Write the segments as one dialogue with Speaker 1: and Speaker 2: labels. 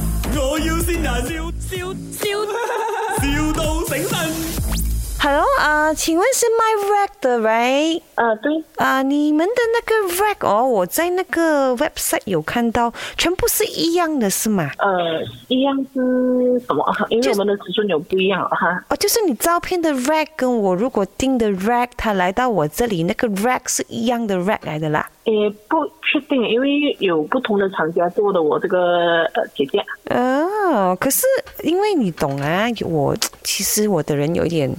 Speaker 1: 要先人，笑笑笑，,笑到醒神。
Speaker 2: Hello 啊、请问是卖 rag 的 right？
Speaker 3: 呃，对，
Speaker 2: 啊、你们的那个 rag 哦，我在那个 website 有看到，全部是一样的，是吗？
Speaker 3: 呃，一样是什么？因为
Speaker 2: 就
Speaker 3: 我们的尺寸有不一样啊哈。
Speaker 2: 哦，就是你照片的 rag 跟我如果订的 rag，它来到我这里那个 rag 是一样的 rag 来的啦。
Speaker 3: 也不确定，因为有不同的厂家做的。我这个呃姐姐，
Speaker 2: 哦，可是因为你懂啊，我其实我的人有一点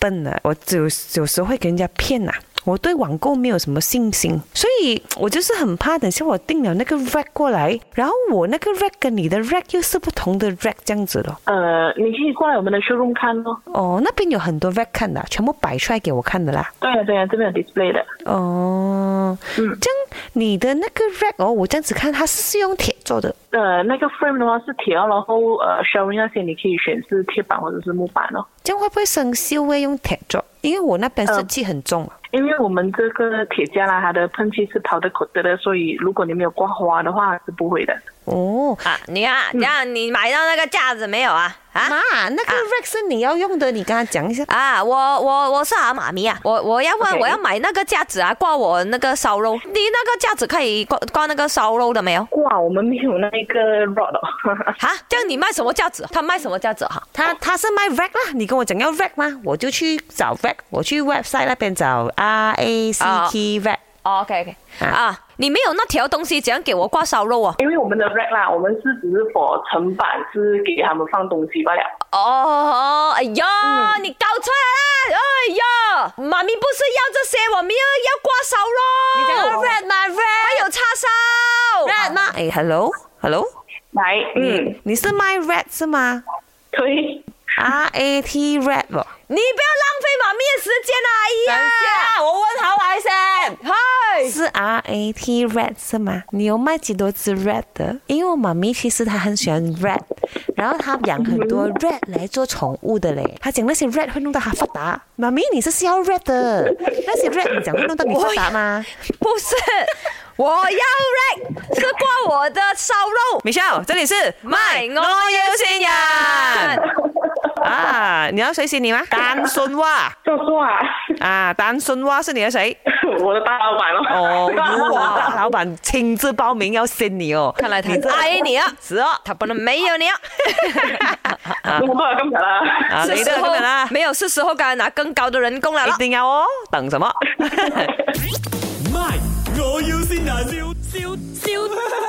Speaker 2: 笨啊，我只有有时候会给人家骗呐、我对网购没有什么信心，所以我就是很怕，等下我订了那个 rack 过来，然后我那个 rack 跟你的 rack 又是不同的 rack 这样子咯。
Speaker 3: 呃，你可以过来我们的 showroom 看咯。
Speaker 2: 哦，那边有很多 rack 看的啊，全部摆出来给我看的啦。
Speaker 3: 对呀、对呀、这边有 display 的。
Speaker 2: 哦，这样你的那个 rack 哦，我这样子看它是是用铁做的。
Speaker 3: 呃，那个 frame 的话是铁哦，然后呃 s h o w r o o m 那些你可以选是铁板或者是木板哦。
Speaker 2: 这样会不会生锈会用铁做？因为我那边设
Speaker 3: 嗯
Speaker 2: 计很重啊。
Speaker 3: 因为我们这个铁架啦，它的喷漆是跑得口的的，所以如果你没有挂花的话是不会的。
Speaker 2: 哦，
Speaker 4: 啊，你啊，这样你买到那个架子没有啊？啊？
Speaker 2: 妈，那个 rack 是你要用的，你跟他讲一下。
Speaker 4: 啊，我我我是啊，妈咪啊，我我要问
Speaker 3: OK
Speaker 4: 我要买那个架子啊，挂我那个烧肉。你那个架子可以挂挂那个烧肉的没有？
Speaker 3: 挂我们没有那个 rod 哦。
Speaker 4: 哈，这样你卖什么架子？他卖什么架子啊哈？
Speaker 2: 他他是卖 rack 啦，你跟我讲要 rack 吗？我就去找 rack，我去 website 那边找 R A C T rack。
Speaker 4: 哦，OK OK，
Speaker 2: 啊
Speaker 4: 啊，你没有那条东西，怎样给我挂烧肉啊？
Speaker 3: 因为我们的 rack 啦，我们是只是 for 层板，是给他们放东西罢了。
Speaker 4: 哦，哎呦，你搞错了啦！哎呦，妈咪不是要这些，我们要要挂烧肉。啊
Speaker 2: 你讲到
Speaker 4: red 吗？red 还有叉烧
Speaker 2: Rack 吗？哎，hello，hello，
Speaker 3: 来，嗯，
Speaker 2: 你是卖 rack 是吗
Speaker 3: 可以。
Speaker 2: ？R A T rack 哦。
Speaker 4: 你不要浪费妈咪的时间啊！哎呀，我问好来先。嗨，
Speaker 2: 是 R A T red 是吗？你有卖几多只 red 的？因为我妈咪其实她很喜欢 red，然后她养很多 red 来做宠物的嘞。她讲那些 red 会弄到她发达。妈咪，你是需要 red 的，那些 red 你讲会弄到你发达吗
Speaker 4: 不是，我要 red 是挂我的烧肉。
Speaker 2: ？Michelle，这里是
Speaker 4: 卖我要新 人，
Speaker 2: 啊，你要谁洗你吗？单孙蛙
Speaker 3: 就说啊，
Speaker 2: 啊，单孙蛙是你的谁？
Speaker 3: 我的大老板哦。
Speaker 2: 哦，如果大老板亲自报名要信你哦，
Speaker 4: 看来他爱你啊，
Speaker 2: 是哦，
Speaker 4: 他不能没有你啊。
Speaker 3: 我过来干嘛啦？
Speaker 2: 啊，
Speaker 4: 是
Speaker 2: 你
Speaker 4: 时
Speaker 2: 的
Speaker 4: 候
Speaker 2: 根本啦，
Speaker 4: 没有，是时候该拿更高的人工来了
Speaker 2: 一。定要哦，等什么？
Speaker 1: 卖，我要先人，笑笑笑，,